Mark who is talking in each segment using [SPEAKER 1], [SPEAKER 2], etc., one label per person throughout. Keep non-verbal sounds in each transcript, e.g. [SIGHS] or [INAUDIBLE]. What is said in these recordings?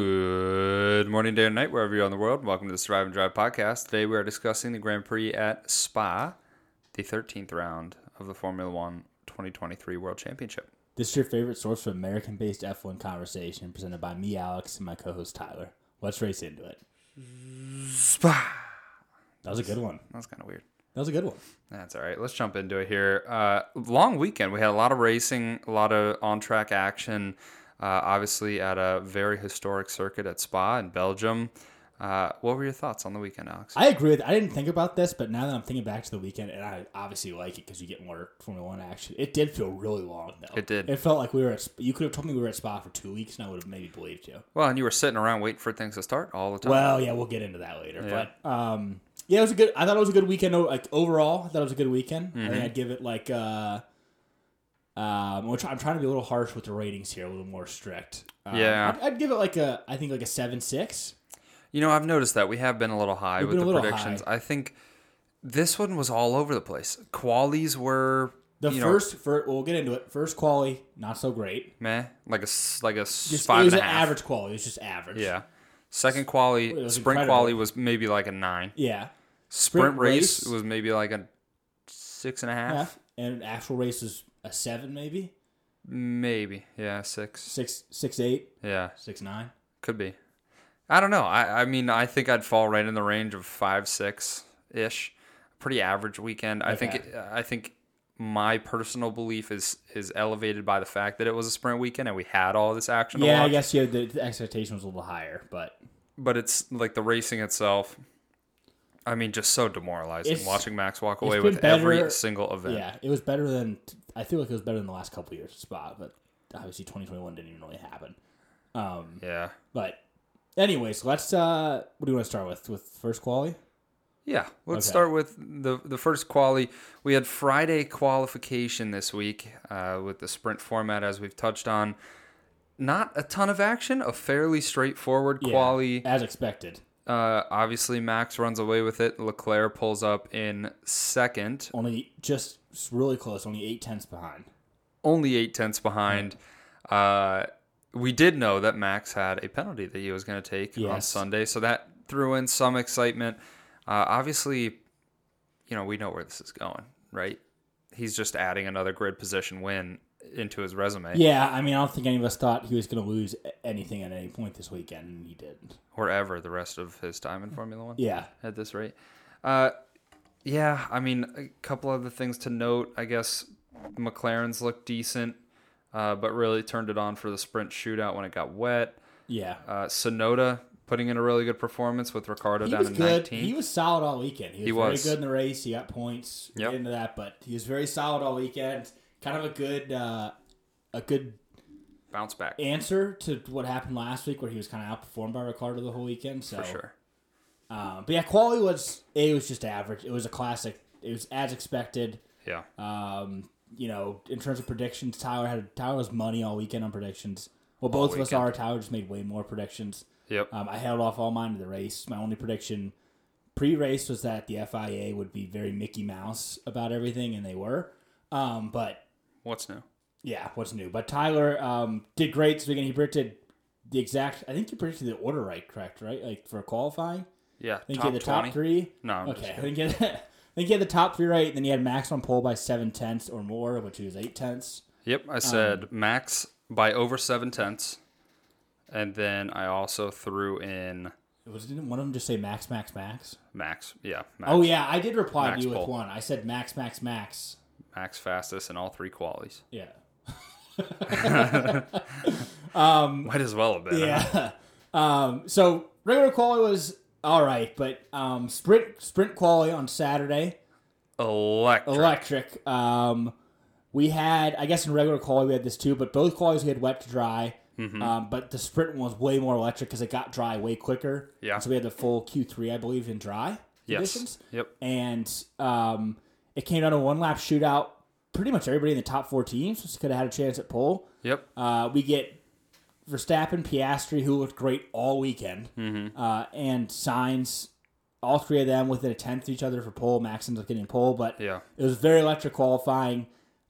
[SPEAKER 1] Good morning, day, or night, wherever you are in the world. Welcome to the Survive and Drive podcast. Today we are discussing the Grand Prix at Spa, the 13th round of the Formula One 2023 World Championship.
[SPEAKER 2] This is your favorite source for American based F1 conversation presented by me, Alex, and my co host, Tyler. Let's race into it.
[SPEAKER 1] Spa.
[SPEAKER 2] That was a good one.
[SPEAKER 1] That's kind of weird.
[SPEAKER 2] That was a good one.
[SPEAKER 1] That's all right. Let's jump into it here. Uh, long weekend. We had a lot of racing, a lot of on track action. Uh, obviously, at a very historic circuit at Spa in Belgium. Uh, what were your thoughts on the weekend, Alex?
[SPEAKER 2] I agree with I didn't think about this, but now that I'm thinking back to the weekend, and I obviously like it because you get more Formula One action. It did feel really long, though.
[SPEAKER 1] It did.
[SPEAKER 2] It felt like we were at, Sp- you could have told me we were at Spa for two weeks, and I would have maybe believed you.
[SPEAKER 1] well, and you were sitting around waiting for things to start all the time.
[SPEAKER 2] Well, Um, yeah, we'll get into that later. But um, yeah, it was a good. I thought it was a good weekend. o- Like overall, I thought it was a good weekend. I think I'd give it like. Uh, um, which I'm trying to be a little harsh with the ratings here, a little more strict. Um,
[SPEAKER 1] Yeah.
[SPEAKER 2] I'd, I'd give it like a, I think like a seven six.
[SPEAKER 1] You know, I've noticed that we have been a little high with
[SPEAKER 2] been a
[SPEAKER 1] the
[SPEAKER 2] little
[SPEAKER 1] predictions. I think this one was all over the place. Qualies were
[SPEAKER 2] The
[SPEAKER 1] you know,
[SPEAKER 2] first, fir- we'll get into it. First quality, not so great.
[SPEAKER 1] meh, like a s- like a s-
[SPEAKER 2] Just it
[SPEAKER 1] five
[SPEAKER 2] was
[SPEAKER 1] and a
[SPEAKER 2] an
[SPEAKER 1] half.
[SPEAKER 2] average quality. It was just average.
[SPEAKER 1] Yeah. Second quality,
[SPEAKER 2] was
[SPEAKER 1] sprint
[SPEAKER 2] incredible.
[SPEAKER 1] quality was maybe like a nine.
[SPEAKER 2] yeah,
[SPEAKER 1] Sprint, race,
[SPEAKER 2] race-
[SPEAKER 1] was maybe like a six and a half,
[SPEAKER 2] half. And actual race is a seven, maybe
[SPEAKER 1] maybe. Yeah, six.
[SPEAKER 2] six, six eight,
[SPEAKER 1] Yeah,
[SPEAKER 2] six nine.
[SPEAKER 1] could be. I don't know. I I mean, I think I'd fall right in the range of five, six ish. Pretty average weekend. I think.
[SPEAKER 2] Okay.
[SPEAKER 1] It, I think my personal belief is is elevated by the fact that it was a sprint weekend and we had all this action. to
[SPEAKER 2] Yeah, I
[SPEAKER 1] watch.
[SPEAKER 2] guess yeah. The, the expectation was a little higher, but
[SPEAKER 1] But it's like the racing itself. I mean, just so demoralizing
[SPEAKER 2] It's-
[SPEAKER 1] watching Max walk away
[SPEAKER 2] been
[SPEAKER 1] with every
[SPEAKER 2] better-
[SPEAKER 1] single event.
[SPEAKER 2] Yeah, it was better than I feel like it was better than the last couple years spot, but obviously 2021 didn't even really happen. Um,
[SPEAKER 1] Yeah.
[SPEAKER 2] but anyways, let's uh, what do you want to start with? With first quality?
[SPEAKER 1] Yeah, let's
[SPEAKER 2] Okay.
[SPEAKER 1] start with the the first quali. We had Friday qualification this week uh, with the sprint format, as we've touched on. Not a ton of action, a fairly straightforward
[SPEAKER 2] Yeah,
[SPEAKER 1] quali.
[SPEAKER 2] as expected.
[SPEAKER 1] Uh, obviously, Max runs away with it. Leclerc pulls up in second,
[SPEAKER 2] Only just really close, only eight tenths behind.
[SPEAKER 1] only eight tenths behind. Uh, we did know that Max had a penalty that he was going to take on
[SPEAKER 2] Yes.
[SPEAKER 1] Sunday, so that threw in some excitement. Uh, obviously, you know we know where this is going, right? He's just adding another grid position win into his resume,
[SPEAKER 2] Yeah, I mean, I don't think any of us thought he was going to lose a- anything at any point this weekend, and he didn't.
[SPEAKER 1] or ever the rest of his time in Formula One.
[SPEAKER 2] Yeah,
[SPEAKER 1] at this rate. Uh, yeah, I mean, a couple other things to note. I guess McLaren's looked decent, uh, but really turned it on for the sprint shootout when it got wet.
[SPEAKER 2] yeah.
[SPEAKER 1] Uh, Sonoda putting in a really good performance with Ricardo
[SPEAKER 2] He
[SPEAKER 1] down
[SPEAKER 2] was
[SPEAKER 1] in
[SPEAKER 2] good.
[SPEAKER 1] 19.
[SPEAKER 2] He was solid all weekend. He was,
[SPEAKER 1] He was.
[SPEAKER 2] very good in the race. He got points. We'll
[SPEAKER 1] Yep.
[SPEAKER 2] get into that, but he was very solid all weekend. Kind of a good, uh, a good
[SPEAKER 1] Bounce back
[SPEAKER 2] answer to what happened last week, where he was kind of outperformed by Ricardo the whole weekend. So,
[SPEAKER 1] for sure.
[SPEAKER 2] um, but yeah, quality was it was just average. It was a classic. It was as expected.
[SPEAKER 1] Yeah,
[SPEAKER 2] Um, you know, in terms of predictions, Tyler had Tyler was money all weekend on predictions. Well, both of us
[SPEAKER 1] weekend.
[SPEAKER 2] are. Tyler just made way more predictions.
[SPEAKER 1] yep.
[SPEAKER 2] Um, I held off all mine to the race. My only prediction pre-race was that the FIA would be very Mickey Mouse about everything, and they were. Um, but
[SPEAKER 1] What's new?
[SPEAKER 2] yeah, what's new? But Tyler um, did great this weekend. He predicted the exact. I think he predicted the order right, correct? Right, like for qualifying.
[SPEAKER 1] Yeah,
[SPEAKER 2] I think
[SPEAKER 1] top
[SPEAKER 2] he had the
[SPEAKER 1] 20.
[SPEAKER 2] top three.
[SPEAKER 1] No, I'm just
[SPEAKER 2] Okay, I think, he had, [LAUGHS] I think he had the top three right. Then he had Max on pole by seven tenths or more, which was eight tenths.
[SPEAKER 1] Yep,
[SPEAKER 2] Um,
[SPEAKER 1] I said max by over seven tenths, and then I also threw in
[SPEAKER 2] Was didn't one of them just say Max, Max, Max?
[SPEAKER 1] max. Yeah, max,
[SPEAKER 2] Oh yeah, I did reply
[SPEAKER 1] Max
[SPEAKER 2] to you
[SPEAKER 1] pole.
[SPEAKER 2] with one. I said Max, Max, Max.
[SPEAKER 1] max fastest in all three qualies.
[SPEAKER 2] Yeah.
[SPEAKER 1] Might as well have been. huh?
[SPEAKER 2] Um, Yeah. [LAUGHS] Um, so regular quality was all right, but um, sprint sprint quality on Saturday
[SPEAKER 1] Electric.
[SPEAKER 2] electric. Um, we had I guess in regular quality we had this too, but both qualities we had wet to dry.
[SPEAKER 1] Mm-hmm.
[SPEAKER 2] Um, but the sprint one was way more electric because it got dry way quicker.
[SPEAKER 1] Yeah.
[SPEAKER 2] So we had the full Q three I believe in dry
[SPEAKER 1] yes.
[SPEAKER 2] conditions,
[SPEAKER 1] Yep.
[SPEAKER 2] and um, it came down to one lap shootout. Pretty much everybody in the top four teams could have had a chance at pole.
[SPEAKER 1] Yep.
[SPEAKER 2] Uh, we get Verstappen, Piastri, who looked great all weekend,
[SPEAKER 1] Mm-hmm.
[SPEAKER 2] uh, and signs all three of them within a tenth of each other for pole. Max ends up getting pole, but
[SPEAKER 1] Yeah.
[SPEAKER 2] it was very electric qualifying.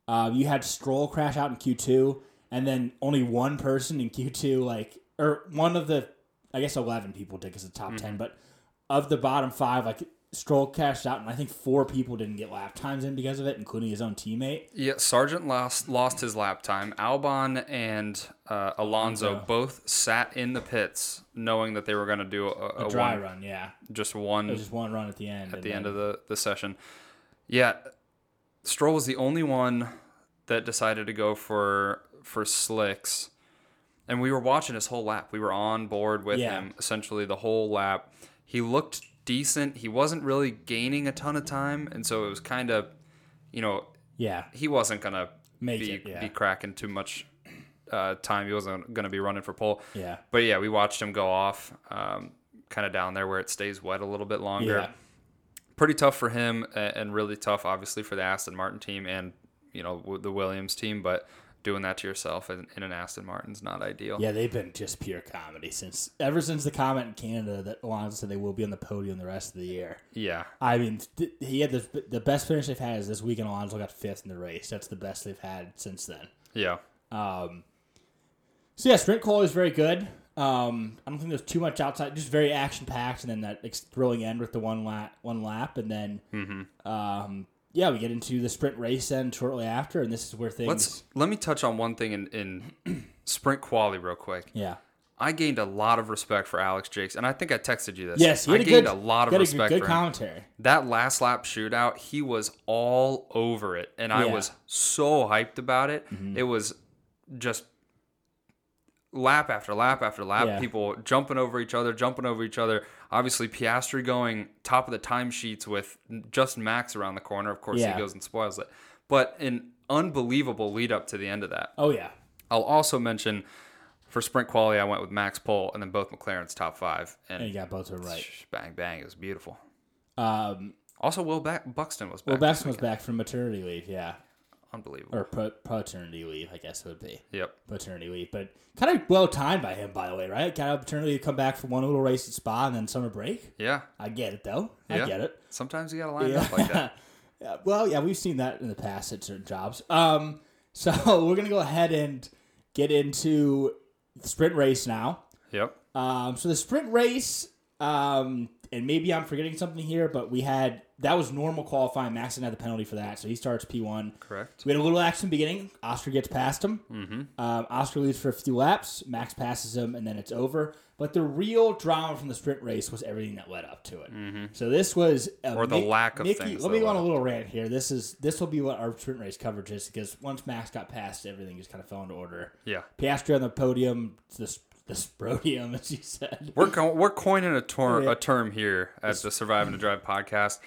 [SPEAKER 2] Uh, you had Stroll crash out in Q two, and then only one person in Q two like or one of the, I guess eleven people did because the top
[SPEAKER 1] Mm-hmm.
[SPEAKER 2] ten, but of the bottom five, like Stroll cashed out, and I think four people didn't get lap times in because of it, including his own teammate.
[SPEAKER 1] Yeah, Sargent lost lost his lap time. Albon and uh, Alonso
[SPEAKER 2] Alonso.
[SPEAKER 1] both sat in the pits, knowing that they were going to do a, a,
[SPEAKER 2] A dry
[SPEAKER 1] one,
[SPEAKER 2] run, yeah.
[SPEAKER 1] just one
[SPEAKER 2] It was just one run at the end.
[SPEAKER 1] at the end of the, the session. Yeah, Stroll was the only one that decided to go for for slicks, and we were watching his whole lap. We were on board with
[SPEAKER 2] Yeah.
[SPEAKER 1] him essentially the whole lap. He looked decent. He wasn't really gaining a ton of time, and so it was kind of, you know,
[SPEAKER 2] yeah,
[SPEAKER 1] he wasn't gonna
[SPEAKER 2] Make
[SPEAKER 1] be
[SPEAKER 2] it, yeah.
[SPEAKER 1] be cracking too much uh, time. He wasn't gonna be running for pole.
[SPEAKER 2] yeah,
[SPEAKER 1] But yeah, we watched him go off, um, kind of down there where it stays wet a little bit longer
[SPEAKER 2] yeah.
[SPEAKER 1] pretty tough for him a- and really tough obviously for the Aston Martin team and you know w- the Williams team but doing that to yourself in, in an Aston Martin's not ideal.
[SPEAKER 2] Yeah, they've been just pure comedy since ever since the comment in Canada that Alonso said they will be on the podium the rest of the year.
[SPEAKER 1] Yeah.
[SPEAKER 2] I mean, th- he had the the best finish they've had is this weekend. Alonso got fifth in the race. That's the best they've had since then.
[SPEAKER 1] Yeah.
[SPEAKER 2] Um, so yeah, sprint call is very good. Um, I don't think there's too much outside, just very action packed, and then that ex- thrilling end with the one lap, one lap, and then
[SPEAKER 1] Mm-hmm.
[SPEAKER 2] um, yeah, we get into the sprint race end shortly after, and this is where things
[SPEAKER 1] Let's let me touch on one thing in, in [CLEARS THROAT] sprint quality real quick.
[SPEAKER 2] yeah.
[SPEAKER 1] I gained a lot of respect for Alex Jakes and I think I texted you this.
[SPEAKER 2] Yes, he
[SPEAKER 1] I
[SPEAKER 2] had a
[SPEAKER 1] gained
[SPEAKER 2] good,
[SPEAKER 1] a lot of
[SPEAKER 2] got
[SPEAKER 1] respect
[SPEAKER 2] good
[SPEAKER 1] for him.
[SPEAKER 2] commentary.
[SPEAKER 1] that last lap shootout, he was all over it, and I
[SPEAKER 2] Yeah. Mm-hmm.
[SPEAKER 1] was so hyped about it. It was just lap after lap after lap,
[SPEAKER 2] Yeah.
[SPEAKER 1] people jumping over each other, jumping over each other. Obviously, Piastri going top of the timesheets with just Max around the corner. Of course,
[SPEAKER 2] Yeah.
[SPEAKER 1] he goes and spoils it, but an unbelievable lead up to the end of that.
[SPEAKER 2] Oh yeah,
[SPEAKER 1] I'll also mention for sprint quality, I went with Max Pole and then both McLaren's top five, and,
[SPEAKER 2] and you got both of them right.
[SPEAKER 1] bang bang, it was beautiful.
[SPEAKER 2] Um,
[SPEAKER 1] Also, Will ba- Buxton was back.
[SPEAKER 2] well, Baskin was back from maternity leave, yeah,
[SPEAKER 1] Unbelievable.
[SPEAKER 2] or pro- paternity leave, I guess it would be.
[SPEAKER 1] Yep.
[SPEAKER 2] paternity leave, but kind of well timed by him, by the way, right? Kind of paternity leave, come back for one little race at Spa and then summer break.
[SPEAKER 1] Yeah.
[SPEAKER 2] I get it though. I
[SPEAKER 1] Yeah.
[SPEAKER 2] get it.
[SPEAKER 1] Sometimes you gotta line
[SPEAKER 2] Yeah.
[SPEAKER 1] up like that.
[SPEAKER 2] Yeah, well, yeah, we've seen that in the past at certain jobs. Um, so [LAUGHS] we're gonna go ahead and get into the sprint race now.
[SPEAKER 1] [LAUGHS] Yep.
[SPEAKER 2] Um, so the sprint race, um, and maybe I'm forgetting something here, but we had that was normal qualifying. Max didn't have the penalty for that, so he starts P1.
[SPEAKER 1] Correct.
[SPEAKER 2] So we had a little action beginning. Oscar gets past him. Mm-hmm. Um, Oscar leads for 50 laps. Max passes him, and then it's over. But the real drama from the sprint race was everything that led up to it. So this was a
[SPEAKER 1] Mm-hmm. Or the
[SPEAKER 2] Mi-
[SPEAKER 1] lack of
[SPEAKER 2] Mickey,
[SPEAKER 1] things
[SPEAKER 2] Let
[SPEAKER 1] that
[SPEAKER 2] me go on
[SPEAKER 1] led
[SPEAKER 2] a little rant here. This is this will be what our sprint race coverage is because once Max got past, everything just kind of fell into order. [LAUGHS]
[SPEAKER 1] Yeah.
[SPEAKER 2] Piastri on the podium, the the [LAUGHS] sprodium, as you said.
[SPEAKER 1] We're co- we're coining a term
[SPEAKER 2] Oh, Yeah.
[SPEAKER 1] a term here at the Surviving to Drive podcast.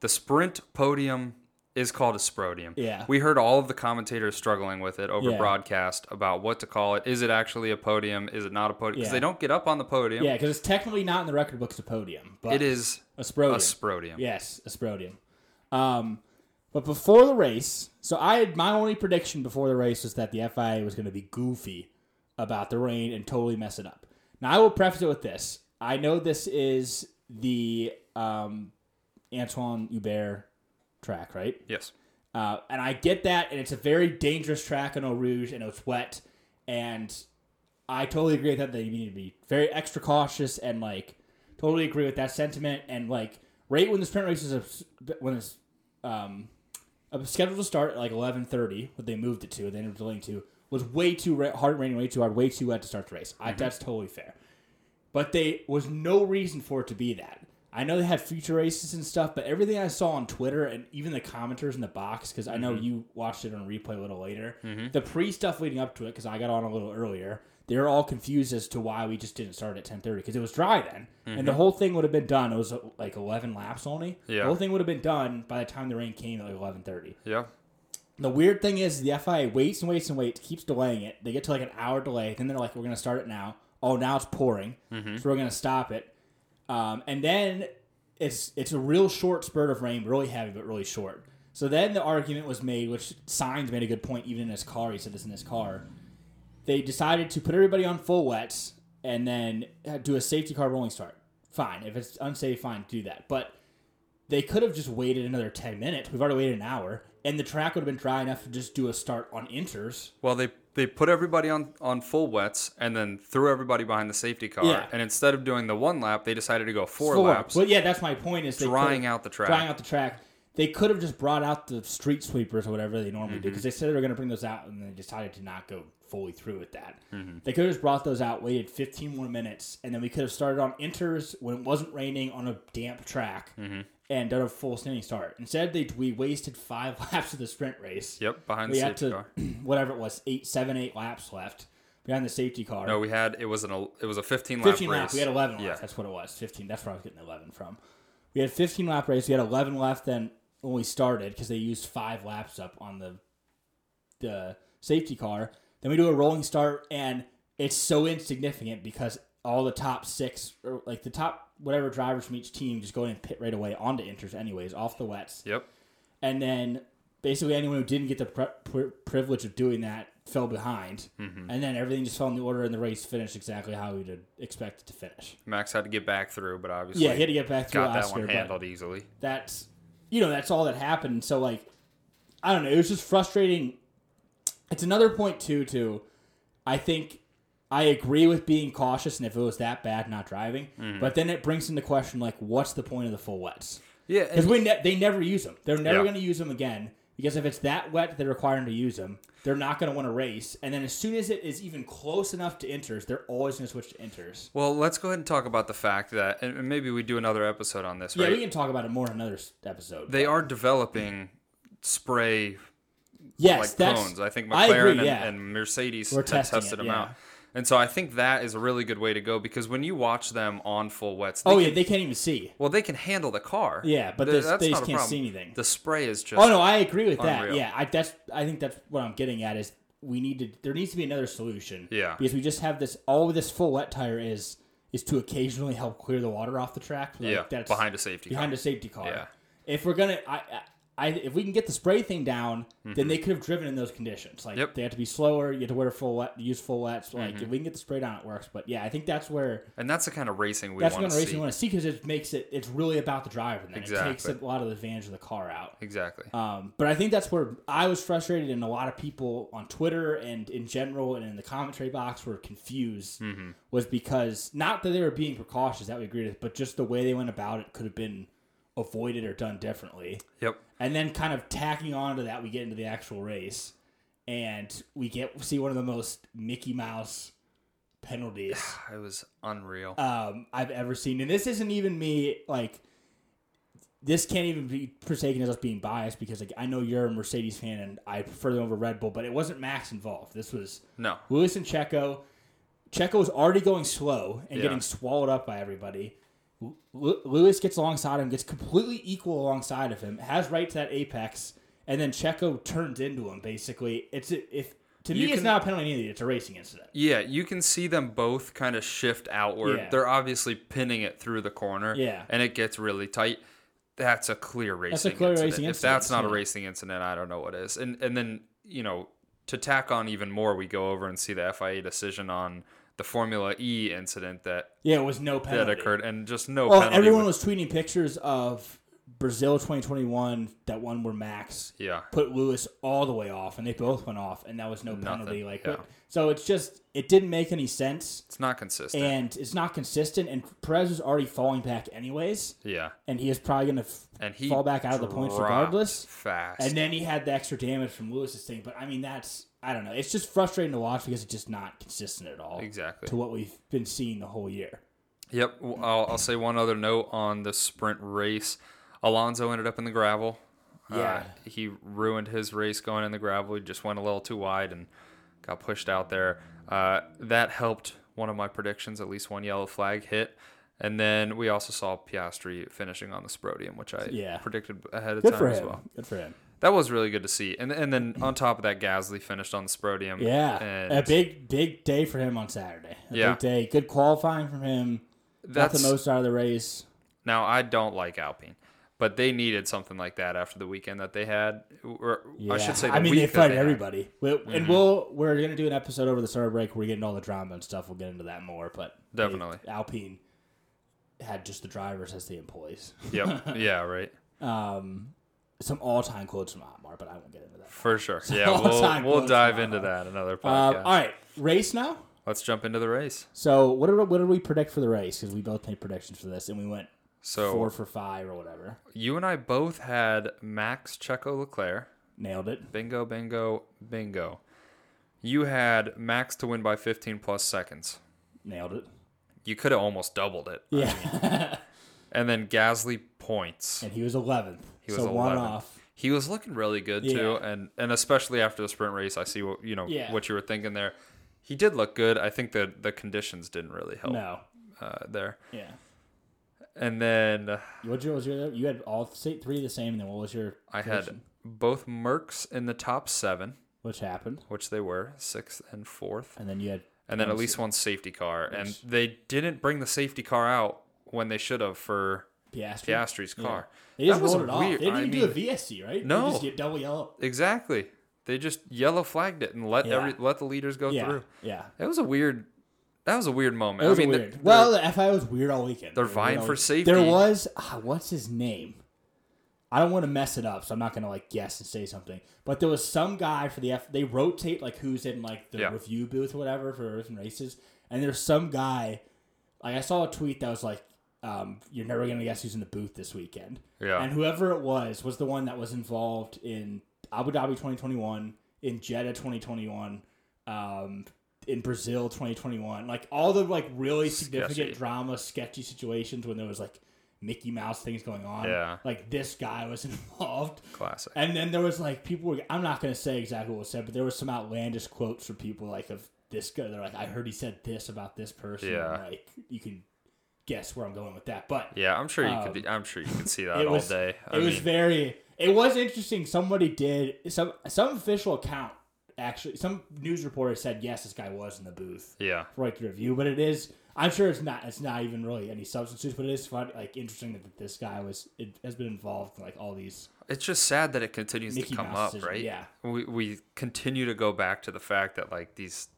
[SPEAKER 1] The sprint podium is called a sprodium.
[SPEAKER 2] Yeah.
[SPEAKER 1] We heard all of the commentators struggling with it over
[SPEAKER 2] Yeah.
[SPEAKER 1] broadcast about what to call it. Is it actually a podium? Is it not a podium? Because
[SPEAKER 2] Yeah.
[SPEAKER 1] they don't get up on the podium.
[SPEAKER 2] Yeah, because it's technically not in the record books a podium, but
[SPEAKER 1] It is
[SPEAKER 2] a
[SPEAKER 1] a
[SPEAKER 2] sprodium.
[SPEAKER 1] sprodium.
[SPEAKER 2] Yes, Asprodium. Um, but before the race, so I had my only prediction before the race was that the FIA was going to be goofy about the rain and totally mess it up. Now I will preface it with this: I know this is the um, Antoine Hubert track, right?
[SPEAKER 1] Yes.
[SPEAKER 2] Uh, and I get that, and it's a very dangerous track in Eau Rouge, and it's wet, and I totally agree with that. That you need to be very extra cautious, and like totally agree with that sentiment. And like right when the sprint race is a, when it's um, a- scheduled to start at like eleven thirty, what they moved it to, and they ended up delaying to was way too ra- hard, raining way too hard, way too wet to start the race. I, that's totally fair but they was no reason for it to be that. I know they had future races and stuff, but everything I saw on Twitter and even the commenters in the box, because I know you watched it on replay a little later, the pre stuff leading up to it, because I got on a little earlier, they were all confused as to why we just didn't start at ten thirty because it was dry then, and the whole thing would have been done. It was uh, like eleven laps only.
[SPEAKER 1] Yeah.
[SPEAKER 2] the whole thing would have been done by the time the rain came at like eleven thirty.
[SPEAKER 1] Yeah.
[SPEAKER 2] The weird thing is the FIA waits and waits and waits, keeps delaying it. They get to like an hour delay, then they're like, "We're gonna start it now." Oh, now it's pouring, so we're gonna stop it. Um, and then it's it's a real short spurt of rain, really heavy but really short. So then the argument was made, which Signs made a good point, even in his car, he said this in his car. They decided to put everybody on full wets and then uh, do a safety car rolling start. Fine, if it's unsafe, fine, do that. But they could have just waited another 10 minutes. We've already waited an hour, and the track would have been dry enough to just do a start on inters.
[SPEAKER 1] Well, they they put everybody on on full wets and then threw everybody behind the safety car.
[SPEAKER 2] Yeah.
[SPEAKER 1] And instead of doing the one lap, they decided to go four
[SPEAKER 2] Full
[SPEAKER 1] laps,
[SPEAKER 2] Well, yeah, that's my point. Is they
[SPEAKER 1] drying
[SPEAKER 2] could've-
[SPEAKER 1] out the track.
[SPEAKER 2] drying out the track. They could have just brought out the street sweepers or whatever they normally
[SPEAKER 1] Mm-hmm.
[SPEAKER 2] do because they said they were going to bring those out and they decided to not go fully through with that.
[SPEAKER 1] Mm-hmm.
[SPEAKER 2] They could have just brought those out, waited 15 more minutes, and then we could have started on enters when it wasn't raining on a damp track
[SPEAKER 1] Mm-hmm.
[SPEAKER 2] and done a full standing start. Instead, they we wasted five [LAUGHS] laps of the sprint race.
[SPEAKER 1] Yep, behind
[SPEAKER 2] We
[SPEAKER 1] the
[SPEAKER 2] had
[SPEAKER 1] safety
[SPEAKER 2] to
[SPEAKER 1] car.
[SPEAKER 2] [CLEARS THROAT] whatever it was eight, seven, eight laps left behind the safety car.
[SPEAKER 1] No, we had it was an el- it was a 15 lap
[SPEAKER 2] 15
[SPEAKER 1] race.
[SPEAKER 2] lap. We had 11
[SPEAKER 1] Yeah.
[SPEAKER 2] left. That's what it was. 15. That's where I was getting 11 from. We had 15 lap race. We had 11 left then when we started because they used five laps up on the the safety car. Then we do a rolling start, and it's so insignificant because all the top six, or like the top whatever drivers from each team, just go in and pit right away onto inters, anyways, off the wets.
[SPEAKER 1] Yep.
[SPEAKER 2] And then basically anyone who didn't get the pri pri- privilege of doing that fell behind.
[SPEAKER 1] Mm-hmm.
[SPEAKER 2] And then everything just fell in the order, and the race finished exactly how we'd expect it to finish.
[SPEAKER 1] Max had to get back through, but obviously
[SPEAKER 2] Yeah, he had to get back through
[SPEAKER 1] got that
[SPEAKER 2] Oscar,
[SPEAKER 1] one
[SPEAKER 2] but
[SPEAKER 1] handled easily.
[SPEAKER 2] that's you know that's all that happened. So like, I don't know. It was just frustrating. It's another point too. Too, I think I agree with being cautious, and if it was that bad, not driving.
[SPEAKER 1] Mm-hmm.
[SPEAKER 2] But then it brings into question like, what's the point of the full wets?
[SPEAKER 1] Yeah,
[SPEAKER 2] Because we ne- they never use them. They're never
[SPEAKER 1] Yeah.
[SPEAKER 2] going to use them again. Because if it's that wet, they're requiring to use them. They're not going to want to race. And then as soon as it is even close enough to enters, they're always going to switch to enters.
[SPEAKER 1] Well, let's go ahead and talk about the fact that, and and maybe we do another episode on this,
[SPEAKER 2] Yeah,
[SPEAKER 1] right?
[SPEAKER 2] we can talk about it more in another s- episode.
[SPEAKER 1] they are developing spray
[SPEAKER 2] yes,
[SPEAKER 1] like
[SPEAKER 2] that's
[SPEAKER 1] cones. I think McLaren
[SPEAKER 2] I agree,
[SPEAKER 1] and,
[SPEAKER 2] yeah.
[SPEAKER 1] and Mercedes
[SPEAKER 2] We're
[SPEAKER 1] have
[SPEAKER 2] testing
[SPEAKER 1] tested
[SPEAKER 2] it,
[SPEAKER 1] them
[SPEAKER 2] yeah.
[SPEAKER 1] out. And so I think that is a really good way to go because when you watch them on full wets, they
[SPEAKER 2] Oh
[SPEAKER 1] can-
[SPEAKER 2] yeah, they can't even see.
[SPEAKER 1] well, they can handle the car.
[SPEAKER 2] Yeah, but
[SPEAKER 1] Th-
[SPEAKER 2] this- they
[SPEAKER 1] not
[SPEAKER 2] just
[SPEAKER 1] a
[SPEAKER 2] can't
[SPEAKER 1] problem.
[SPEAKER 2] see anything.
[SPEAKER 1] The spray is just
[SPEAKER 2] Oh no, I agree with that.
[SPEAKER 1] Unreal.
[SPEAKER 2] Yeah, I, that's I think that's what I'm getting at is we need to there needs to be another solution.
[SPEAKER 1] Yeah.
[SPEAKER 2] because we just have this all this full wet tire is is to occasionally help clear the water off the track. Like,
[SPEAKER 1] yeah
[SPEAKER 2] that's
[SPEAKER 1] behind a safety
[SPEAKER 2] behind
[SPEAKER 1] car.
[SPEAKER 2] a safety car.
[SPEAKER 1] Yeah.
[SPEAKER 2] If we're gonna, I, I, if we can get the spray thing down, then they could have driven in those conditions. Like
[SPEAKER 1] Mm-hmm. Yep. Mm-hmm.
[SPEAKER 2] they have to be slower. You have to wear full wet, use full wets. Like if we can get the spray down, it works. But yeah, I think that's where
[SPEAKER 1] and that's the kind of racing we
[SPEAKER 2] that's
[SPEAKER 1] want
[SPEAKER 2] what
[SPEAKER 1] to
[SPEAKER 2] racing
[SPEAKER 1] see.
[SPEAKER 2] you want to see because it makes it. It's really about the driver. Then it takes
[SPEAKER 1] Exactly.
[SPEAKER 2] a lot of the advantage of the car out.
[SPEAKER 1] Exactly.
[SPEAKER 2] Um, but I think that's where I was frustrated, and a lot of people on Twitter and in general and in the commentary box were confused. Was because not that they were being precautious that we agreed with, but just the way they went about it could have been avoided or done differently.
[SPEAKER 1] yep.
[SPEAKER 2] And then kind of tacking on to that, we get into the actual race, and we get see one of the most Mickey Mouse penalties
[SPEAKER 1] It was unreal.
[SPEAKER 2] um, I've ever seen. And this isn't even me like this can't even be forsaken as us being biased because like I know you're a Mercedes fan and I prefer them over Red Bull, but it wasn't Max involved. This was
[SPEAKER 1] no.
[SPEAKER 2] Lewis and Checo. Checo was already going slow and
[SPEAKER 1] Yeah.
[SPEAKER 2] getting swallowed up by everybody. L- L- Lewis gets alongside him, gets completely equal alongside of him, has right to that apex, and then Checo turns into him. Basically, it's a, if to me
[SPEAKER 1] You
[SPEAKER 2] it's
[SPEAKER 1] can-
[SPEAKER 2] not a penalty. Either. It's a racing incident.
[SPEAKER 1] Yeah, you can see them both kind of shift outward.
[SPEAKER 2] Yeah.
[SPEAKER 1] They're obviously pinning it through the corner.
[SPEAKER 2] Yeah.
[SPEAKER 1] And it gets really tight. That's a clear racing
[SPEAKER 2] a clear
[SPEAKER 1] incident.
[SPEAKER 2] racing
[SPEAKER 1] If that's
[SPEAKER 2] incident,
[SPEAKER 1] not a
[SPEAKER 2] yeah.
[SPEAKER 1] racing incident, I don't know what is. And and then, you know, to tack on even more, we go over and see the FIA decision on the Formula E incident that,
[SPEAKER 2] Yeah, it was no penalty.
[SPEAKER 1] that occurred and just no
[SPEAKER 2] Well,
[SPEAKER 1] penalty.
[SPEAKER 2] everyone
[SPEAKER 1] with-
[SPEAKER 2] was tweeting pictures of Brazil 2021, that one where Max
[SPEAKER 1] yeah.
[SPEAKER 2] put Lewis all the way off, and they both went off, and that was no penalty. Like,
[SPEAKER 1] yeah.
[SPEAKER 2] what- so it's just it didn't make any sense,
[SPEAKER 1] It's not consistent.
[SPEAKER 2] and it's not consistent. And Perez was already falling back anyways,
[SPEAKER 1] yeah.
[SPEAKER 2] and he is probably going to
[SPEAKER 1] And he
[SPEAKER 2] fall back out of the points
[SPEAKER 1] dropped
[SPEAKER 2] regardless.
[SPEAKER 1] Fast.
[SPEAKER 2] And then he had the extra damage from Lewis's thing, but I mean that's I don't know. It's just frustrating to watch because it's just not consistent at all
[SPEAKER 1] exactly.
[SPEAKER 2] to what we've been seeing the whole year.
[SPEAKER 1] Yep. w- I'll, I'll say one other note on the sprint race. Alonso ended up in the gravel. Uh,
[SPEAKER 2] Yeah.
[SPEAKER 1] he ruined his race going in the gravel. He just went a little too wide and got pushed out there. Uh, that helped one of my predictions. At least one yellow flag hit. And then we also saw Piastri finishing on the Sprodium, which I
[SPEAKER 2] Yeah.
[SPEAKER 1] predicted ahead of
[SPEAKER 2] Good
[SPEAKER 1] time
[SPEAKER 2] for
[SPEAKER 1] as
[SPEAKER 2] him.
[SPEAKER 1] well.
[SPEAKER 2] Good for him.
[SPEAKER 1] That was really good to see. And and then on top of that, Gasly finished on the Sprodium.
[SPEAKER 2] Yeah,
[SPEAKER 1] And
[SPEAKER 2] a big big day for him on Saturday. A
[SPEAKER 1] Yeah.
[SPEAKER 2] big day. Good qualifying from him. Got the
[SPEAKER 1] that's
[SPEAKER 2] most out of the race.
[SPEAKER 1] Now I don't like Alpine, but they needed something like that after the weekend that they had. Or I
[SPEAKER 2] Yeah.
[SPEAKER 1] should say, the
[SPEAKER 2] I mean, they
[SPEAKER 1] week that Mm-hmm.
[SPEAKER 2] fight
[SPEAKER 1] had.
[SPEAKER 2] everybody. We- And we'll we're gonna do an episode over the summer break. where We're getting all the drama and stuff. We'll get into that more. But they-
[SPEAKER 1] Definitely.
[SPEAKER 2] Alpine [LAUGHS] had just the drivers as the employees.
[SPEAKER 1] Yep. Yeah. Right.
[SPEAKER 2] Um, some all time quotes from Otmar, but I won't get into that.
[SPEAKER 1] for sure.
[SPEAKER 2] [LAUGHS]
[SPEAKER 1] Yeah,
[SPEAKER 2] all
[SPEAKER 1] we'll,
[SPEAKER 2] time
[SPEAKER 1] we'll
[SPEAKER 2] quotes
[SPEAKER 1] dive
[SPEAKER 2] from
[SPEAKER 1] into
[SPEAKER 2] Otmar.
[SPEAKER 1] that another
[SPEAKER 2] Um,
[SPEAKER 1] podcast.
[SPEAKER 2] all right, race now.
[SPEAKER 1] Let's jump into the race.
[SPEAKER 2] So what did what did we predict for the race? Because we both made predictions for this, and we went
[SPEAKER 1] So
[SPEAKER 2] four for five or whatever.
[SPEAKER 1] you and I both had Max Checo Leclerc.
[SPEAKER 2] Nailed it.
[SPEAKER 1] Bingo, bingo, bingo. You had Max to win by 15 plus seconds.
[SPEAKER 2] Nailed it.
[SPEAKER 1] You could have almost doubled it.
[SPEAKER 2] Yeah,
[SPEAKER 1] And then Gasly points.
[SPEAKER 2] and he was eleventh.
[SPEAKER 1] He was
[SPEAKER 2] so one
[SPEAKER 1] 11.
[SPEAKER 2] off.
[SPEAKER 1] He was looking really good too, and and especially after the sprint race, I see what you know
[SPEAKER 2] Yeah.
[SPEAKER 1] what you were thinking there. He did look good. I think the the conditions didn't really help
[SPEAKER 2] No.
[SPEAKER 1] uh, there.
[SPEAKER 2] Yeah.
[SPEAKER 1] And then uh,
[SPEAKER 2] What your, was your you had all th- three the same, and then what was your?
[SPEAKER 1] I had
[SPEAKER 2] prediction?
[SPEAKER 1] both Mercs in the top seven,
[SPEAKER 2] which happened,
[SPEAKER 1] which they were sixth and fourth,
[SPEAKER 2] and then you had
[SPEAKER 1] and then at
[SPEAKER 2] Nice.
[SPEAKER 1] least one safety car. And
[SPEAKER 2] Nice.
[SPEAKER 1] they didn't bring the safety car out when they should have for
[SPEAKER 2] Piastri.
[SPEAKER 1] Piastri's car.
[SPEAKER 2] They just
[SPEAKER 1] That was a
[SPEAKER 2] rolled it off.
[SPEAKER 1] weird-
[SPEAKER 2] They didn't
[SPEAKER 1] I
[SPEAKER 2] even do
[SPEAKER 1] mean-
[SPEAKER 2] a VSC, right?
[SPEAKER 1] No.
[SPEAKER 2] They just get double yellow.
[SPEAKER 1] Exactly. They just yellow flagged it and let
[SPEAKER 2] Yeah.
[SPEAKER 1] every let the leaders go
[SPEAKER 2] Yeah.
[SPEAKER 1] through.
[SPEAKER 2] Yeah.
[SPEAKER 1] That was a weird. That was a weird moment.
[SPEAKER 2] It was
[SPEAKER 1] I mean, the-
[SPEAKER 2] weird.
[SPEAKER 1] the-
[SPEAKER 2] well, the FI was weird all weekend.
[SPEAKER 1] They're
[SPEAKER 2] They were
[SPEAKER 1] vying
[SPEAKER 2] weird all
[SPEAKER 1] for
[SPEAKER 2] week-
[SPEAKER 1] safety.
[SPEAKER 2] There was ah, what's his name? I don't want to mess it up, so I'm not gonna like guess and say something. But there was some guy for the F. They rotate like who's in like the
[SPEAKER 1] Yeah.
[SPEAKER 2] review booth or whatever for different races, and there's some guy. Like I saw a tweet that was like, um, "You're never gonna guess who's in the booth this weekend."
[SPEAKER 1] Yeah.
[SPEAKER 2] And whoever it was was the one that was involved in Abu Dhabi 2021, in Jeddah 2021, um, in Brazil 2021. Like all the like really significant
[SPEAKER 1] Sketchy.
[SPEAKER 2] drama, sketchy situations when there was like Mickey Mouse things going on.
[SPEAKER 1] Yeah.
[SPEAKER 2] Like this guy was [LAUGHS] involved.
[SPEAKER 1] classic.
[SPEAKER 2] And then there was like people were I'm not gonna say exactly what was said, but there was some outlandish quotes from people like of this guy. They're like, I heard he said this about this person. and,
[SPEAKER 1] Yeah.
[SPEAKER 2] like you can guess where I'm going with that. But
[SPEAKER 1] Yeah, I'm sure you could.
[SPEAKER 2] Um,
[SPEAKER 1] I'm sure you
[SPEAKER 2] [LAUGHS]
[SPEAKER 1] could see that
[SPEAKER 2] it
[SPEAKER 1] all
[SPEAKER 2] was-
[SPEAKER 1] day. I
[SPEAKER 2] it was
[SPEAKER 1] mean,
[SPEAKER 2] very. It was interesting. Somebody did some some official account actually. Some news reporter said yes, this guy was in the booth
[SPEAKER 1] yeah,
[SPEAKER 2] for like the review, but it is. I'm sure it's not. It's not even really any substitutes, but it is fun, like interesting that this guy was it has been involved in like all these.
[SPEAKER 1] it's just sad that it continues
[SPEAKER 2] Mickey
[SPEAKER 1] to come
[SPEAKER 2] Mouse
[SPEAKER 1] up,
[SPEAKER 2] decision,
[SPEAKER 1] right?
[SPEAKER 2] yeah.
[SPEAKER 1] we we continue to go back to the fact that like these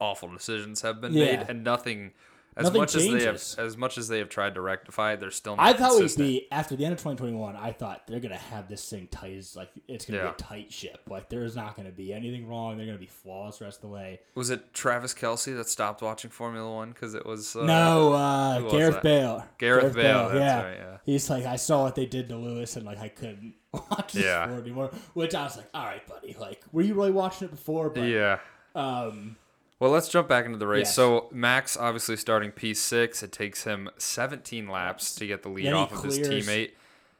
[SPEAKER 1] awful decisions have been
[SPEAKER 2] Yeah.
[SPEAKER 1] made and nothing. As
[SPEAKER 2] Nothing
[SPEAKER 1] much as
[SPEAKER 2] changes.
[SPEAKER 1] they have, as much as they have tried to rectify, it, they're still. Not
[SPEAKER 2] I thought we'd
[SPEAKER 1] consistent.
[SPEAKER 2] be after the end of 2021. I thought they're gonna have this thing tight. As, like it's gonna
[SPEAKER 1] Yeah.
[SPEAKER 2] be a tight ship. Like there's not gonna be anything wrong. They're gonna be flawless the rest of the way.
[SPEAKER 1] Was it Travis Kelsey that stopped watching Formula One because it was uh,
[SPEAKER 2] No, uh,
[SPEAKER 1] who was
[SPEAKER 2] Gareth
[SPEAKER 1] that?
[SPEAKER 2] Bale.
[SPEAKER 1] Gareth Bale, that's right, yeah.
[SPEAKER 2] He's like, I saw what they did to Lewis, and like, I couldn't [LAUGHS] watch the
[SPEAKER 1] Yeah.
[SPEAKER 2] sport anymore. Which I was like, all right, buddy. Like, were you really watching it before? But,
[SPEAKER 1] Yeah.
[SPEAKER 2] Um,
[SPEAKER 1] Well, let's jump back into the race.
[SPEAKER 2] Yes.
[SPEAKER 1] So Max obviously starting P6. It takes him 17 laps to get the lead
[SPEAKER 2] Then he
[SPEAKER 1] off of his
[SPEAKER 2] clears
[SPEAKER 1] teammate.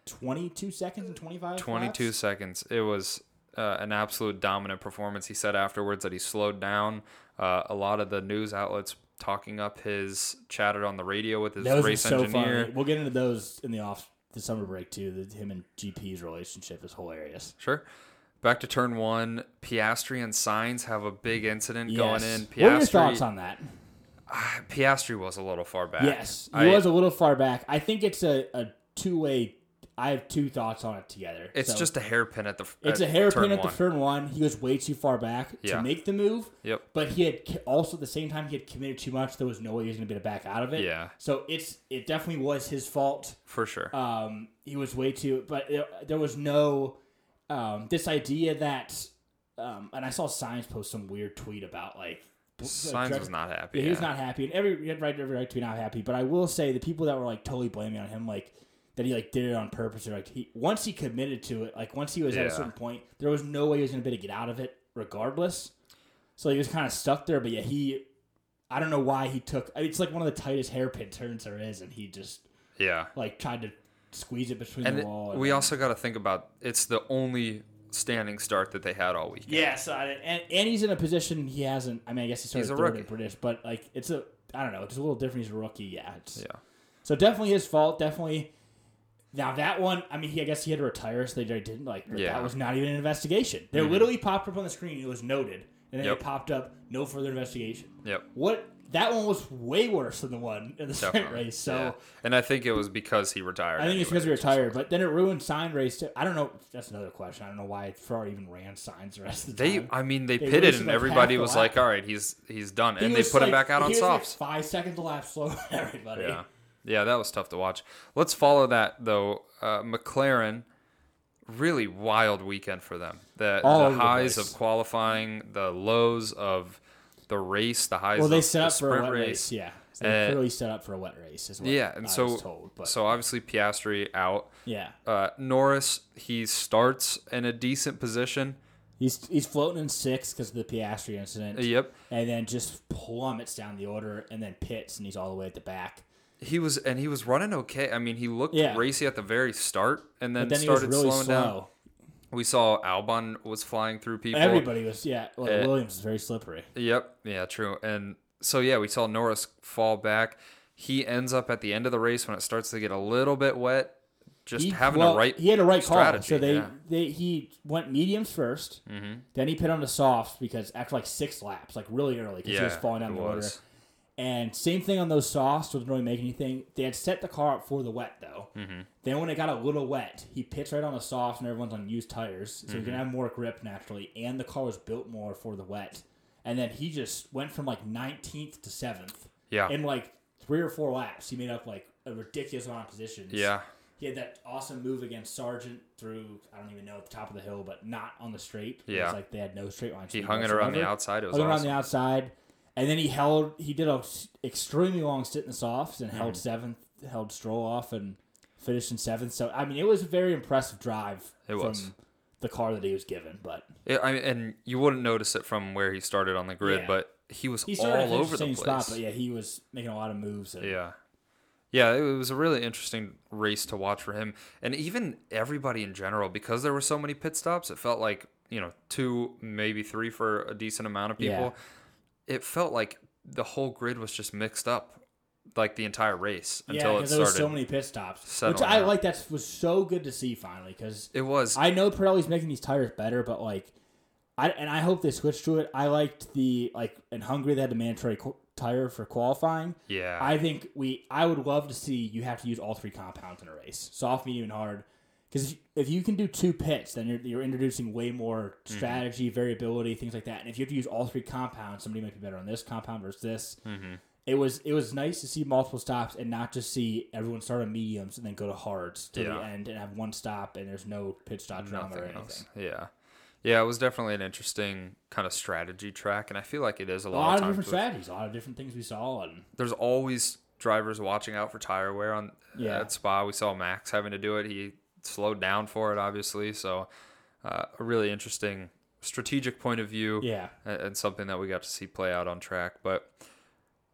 [SPEAKER 2] 22 seconds and 25.
[SPEAKER 1] 22
[SPEAKER 2] laps?
[SPEAKER 1] seconds. It was uh, an absolute dominant performance. He said afterwards that he slowed down. Uh, a lot of the news outlets talking up his chatted on the radio with his
[SPEAKER 2] Those
[SPEAKER 1] race
[SPEAKER 2] are so
[SPEAKER 1] engineer.
[SPEAKER 2] funny. We'll get into those in the off the summer break too. The, him and GP's relationship is hilarious.
[SPEAKER 1] Sure. Back to turn one. Piastri and Signs have a big incident going
[SPEAKER 2] Yes.
[SPEAKER 1] in.
[SPEAKER 2] What are your thoughts
[SPEAKER 1] Piastri,
[SPEAKER 2] on that?
[SPEAKER 1] Piastri was a little far back.
[SPEAKER 2] Yes, he
[SPEAKER 1] I-
[SPEAKER 2] was a little far back. I think it's a, a two way. I have two thoughts on it together.
[SPEAKER 1] It's
[SPEAKER 2] So-
[SPEAKER 1] just a hairpin at the
[SPEAKER 2] It's a
[SPEAKER 1] at turn
[SPEAKER 2] hairpin at the
[SPEAKER 1] one.
[SPEAKER 2] turn one. He was way too far back
[SPEAKER 1] Yeah.
[SPEAKER 2] to make the move.
[SPEAKER 1] Yep.
[SPEAKER 2] But he had c- also at the same time he had committed too much. There was no way he was going to be able to back out of it.
[SPEAKER 1] Yeah.
[SPEAKER 2] So it's it definitely was his fault.
[SPEAKER 1] For sure.
[SPEAKER 2] Um, he was way too. But there, there was no um, this idea that. Um, and I saw Science post some weird tweet about like b-
[SPEAKER 1] Signs
[SPEAKER 2] direct-
[SPEAKER 1] was not happy.
[SPEAKER 2] yeah, he was
[SPEAKER 1] yeah.
[SPEAKER 2] not happy, and every he had right every right to be not happy. But I will say the people that were like totally blaming on him, like that he like did it on purpose, or like he once he committed to it, like once he was at
[SPEAKER 1] Yeah.
[SPEAKER 2] a certain point, there was no way he was gonna be able to get out of it, regardless. So he was kind of stuck there. But yeah, he, I don't know why he took. I mean, it's like one of the tightest hairpin turns there is, and he just
[SPEAKER 1] Yeah.
[SPEAKER 2] like tried to squeeze it between
[SPEAKER 1] And
[SPEAKER 2] the
[SPEAKER 1] it-
[SPEAKER 2] wall.
[SPEAKER 1] we
[SPEAKER 2] then-
[SPEAKER 1] also got to think about it's the only standing start that they had all weekend.
[SPEAKER 2] Yeah, so I, and, and he's in a position he hasn't. I mean, I guess he started
[SPEAKER 1] He's a
[SPEAKER 2] third
[SPEAKER 1] rookie.
[SPEAKER 2] at British, but like it's a I don't know, it's a little different. He's a rookie, yeah. It's,
[SPEAKER 1] Yeah.
[SPEAKER 2] So definitely his fault. Definitely. Now that one, I mean, he I guess he had to retire, so they didn't like.
[SPEAKER 1] Yeah. Mm-hmm.
[SPEAKER 2] That was not even an investigation. They literally popped up on the screen. It was noted, and then
[SPEAKER 1] Yep.
[SPEAKER 2] it popped up. No further investigation. [LAUGHS]
[SPEAKER 1] Yep.
[SPEAKER 2] What that one was way worse than the one in the sprint
[SPEAKER 1] Definitely.
[SPEAKER 2] race. So
[SPEAKER 1] Yeah. And I think it was because he retired.
[SPEAKER 2] I think it's
[SPEAKER 1] anyway.
[SPEAKER 2] because he retired, but then it ruined sign race too. I don't know. That's another question. I don't know why Ferrari even ran signs the rest of the
[SPEAKER 1] They,
[SPEAKER 2] time.
[SPEAKER 1] I mean, they,
[SPEAKER 2] They
[SPEAKER 1] pitted
[SPEAKER 2] wasted
[SPEAKER 1] and
[SPEAKER 2] like
[SPEAKER 1] everybody
[SPEAKER 2] half a
[SPEAKER 1] was
[SPEAKER 2] lap.
[SPEAKER 1] like, "All right, he's he's done,"
[SPEAKER 2] He
[SPEAKER 1] and they
[SPEAKER 2] was,
[SPEAKER 1] put him
[SPEAKER 2] like-
[SPEAKER 1] back out on
[SPEAKER 2] he was, like,
[SPEAKER 1] softs.
[SPEAKER 2] five seconds a lap [LAUGHS] slower than everybody.
[SPEAKER 1] Yeah. Yeah, that was tough to watch. Let's follow that though. Uh, McLaren really wild weekend for them. The,
[SPEAKER 2] All
[SPEAKER 1] the
[SPEAKER 2] over the
[SPEAKER 1] highs
[SPEAKER 2] place.
[SPEAKER 1] of qualifying, the lows of the race, the highs
[SPEAKER 2] Well, they
[SPEAKER 1] of
[SPEAKER 2] set
[SPEAKER 1] the
[SPEAKER 2] up for a
[SPEAKER 1] sprint
[SPEAKER 2] wet race.
[SPEAKER 1] race.
[SPEAKER 2] Yeah, So they
[SPEAKER 1] Uh,
[SPEAKER 2] clearly set up for a wet race. Is what
[SPEAKER 1] Yeah, and
[SPEAKER 2] I
[SPEAKER 1] so
[SPEAKER 2] was told, but
[SPEAKER 1] so obviously Piastri out.
[SPEAKER 2] yeah,
[SPEAKER 1] Uh, Norris he starts in a decent position.
[SPEAKER 2] he's he's floating in sixth because of the Piastri incident,
[SPEAKER 1] Yep,
[SPEAKER 2] and then just plummets down the order, and then pits, and he's all the way at the back.
[SPEAKER 1] he was and he was running okay. I mean, he looked
[SPEAKER 2] Yeah.
[SPEAKER 1] racy at the very start, and then,
[SPEAKER 2] But then he was
[SPEAKER 1] started
[SPEAKER 2] really slow.
[SPEAKER 1] slowing down. We saw Albon was flying through people.
[SPEAKER 2] Everybody was yeah. Well,
[SPEAKER 1] Uh,
[SPEAKER 2] Williams is very slippery.
[SPEAKER 1] Yep. Yeah, true. And so yeah, we saw Norris fall back. He ends up at the end of the race when it starts to get a little bit wet, just
[SPEAKER 2] He-
[SPEAKER 1] having
[SPEAKER 2] well,
[SPEAKER 1] the right
[SPEAKER 2] He had a right call.
[SPEAKER 1] strategy,
[SPEAKER 2] So they,
[SPEAKER 1] yeah. Mm-hmm.
[SPEAKER 2] they he went mediums 1st Then he put on the soft because after like six laps, like really early, because
[SPEAKER 1] yeah,
[SPEAKER 2] he was falling down
[SPEAKER 1] it
[SPEAKER 2] the order.
[SPEAKER 1] was.
[SPEAKER 2] And same thing on those softs doesn't really make anything. They had set the car up for the wet though.
[SPEAKER 1] Mm-hmm.
[SPEAKER 2] Then when it got a little wet, he pits right on the soft, and everyone's on used tires, so you
[SPEAKER 1] Mm-hmm.
[SPEAKER 2] can have more grip naturally. And the car was built more for the wet. And then he just went from like 19th to seventh
[SPEAKER 1] Yeah.
[SPEAKER 2] in like three or four laps. He made up like a ridiculous amount of positions.
[SPEAKER 1] yeah.
[SPEAKER 2] He had that awesome move against Sargent through I don't even know at the top of the hill, but not on the straight. It
[SPEAKER 1] Yeah.
[SPEAKER 2] was like they had no straight line.
[SPEAKER 1] He hung it around the outside. It was
[SPEAKER 2] hung it around
[SPEAKER 1] awesome.
[SPEAKER 2] the outside, and then he held. He did an extremely long sit in the softs and
[SPEAKER 1] Hmm.
[SPEAKER 2] held seventh, held stroll off, and finished in seventh. So I mean, it was a very impressive drive.
[SPEAKER 1] It was.
[SPEAKER 2] the car that he was given, but
[SPEAKER 1] It- I mean, and you wouldn't notice it from where he started on the grid,
[SPEAKER 2] Yeah.
[SPEAKER 1] but he was
[SPEAKER 2] he started
[SPEAKER 1] all
[SPEAKER 2] at
[SPEAKER 1] over
[SPEAKER 2] the
[SPEAKER 1] the
[SPEAKER 2] same
[SPEAKER 1] place.
[SPEAKER 2] spot. But yeah, he was making a lot of moves. And,
[SPEAKER 1] Yeah. Yeah, it was a really interesting race to watch for him and even everybody in general because there were so many pit stops. It felt like, you know, two, maybe three for a decent amount of people. It felt like the whole grid was just mixed up like the entire race
[SPEAKER 2] Yeah,
[SPEAKER 1] until it
[SPEAKER 2] because there
[SPEAKER 1] started.
[SPEAKER 2] was so many pit stops, which
[SPEAKER 1] settling
[SPEAKER 2] I
[SPEAKER 1] out.
[SPEAKER 2] like. That was so good to see finally because
[SPEAKER 1] it was
[SPEAKER 2] I know Pirelli's making these tires better, but like, I and I hope they switch to it. I liked the like in Hungary they had the mandatory qu- tire for qualifying.
[SPEAKER 1] yeah.
[SPEAKER 2] I think we I would love to see you have to use all three compounds in a race, soft, medium, and hard. Because if, if you can do two pits, then you're, you're introducing way more
[SPEAKER 1] Mhm.
[SPEAKER 2] strategy, variability, things like that. And if you have to use all three compounds, somebody might be better on this compound versus this.
[SPEAKER 1] Mm-hmm.
[SPEAKER 2] It was it was nice to see multiple stops and not just see everyone start on mediums and then go to hards to the
[SPEAKER 1] Yeah.
[SPEAKER 2] end and have one stop and there's no pit stop drama or
[SPEAKER 1] nothing
[SPEAKER 2] anything.
[SPEAKER 1] else. Yeah. Yeah, it was definitely an interesting kind of strategy track and I feel like it is a
[SPEAKER 2] A
[SPEAKER 1] lot,
[SPEAKER 2] lot of
[SPEAKER 1] of times
[SPEAKER 2] different
[SPEAKER 1] with-
[SPEAKER 2] strategies, a lot of different things we saw, and
[SPEAKER 1] there's always drivers watching out for tire wear on
[SPEAKER 2] Yeah.
[SPEAKER 1] at Spa. We saw Max having to do it. He slowed down for it, obviously. So uh, a really interesting strategic point of view
[SPEAKER 2] yeah,
[SPEAKER 1] a- and, something that we got to see play out on track. But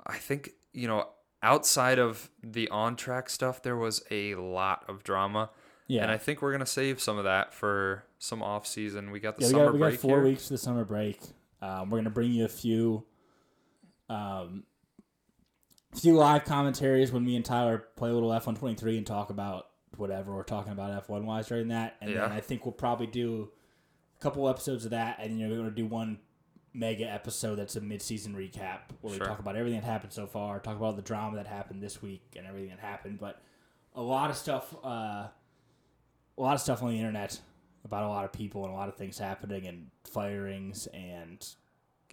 [SPEAKER 1] I think you know outside of the on track stuff, there was a lot of drama.
[SPEAKER 2] yeah.
[SPEAKER 1] And I think we're gonna save some of that for some off season. We got the
[SPEAKER 2] Yeah, we
[SPEAKER 1] summer
[SPEAKER 2] got, we
[SPEAKER 1] break
[SPEAKER 2] got four
[SPEAKER 1] here.
[SPEAKER 2] weeks of the summer break. Um, we're gonna bring you a few, um, few live commentaries when me and Tyler play a little F one twenty three and talk about whatever we're talking about F one wise during that. And then
[SPEAKER 1] Yeah.
[SPEAKER 2] I think we'll probably do a couple episodes of that, and you know we're gonna do one mega episode that's a mid season recap where
[SPEAKER 1] Sure.
[SPEAKER 2] we talk about everything that happened so far, talk about all the drama that happened this week and everything that happened. But a lot of stuff. Uh, a lot of stuff on the internet about a lot of people and a lot of things happening and firings and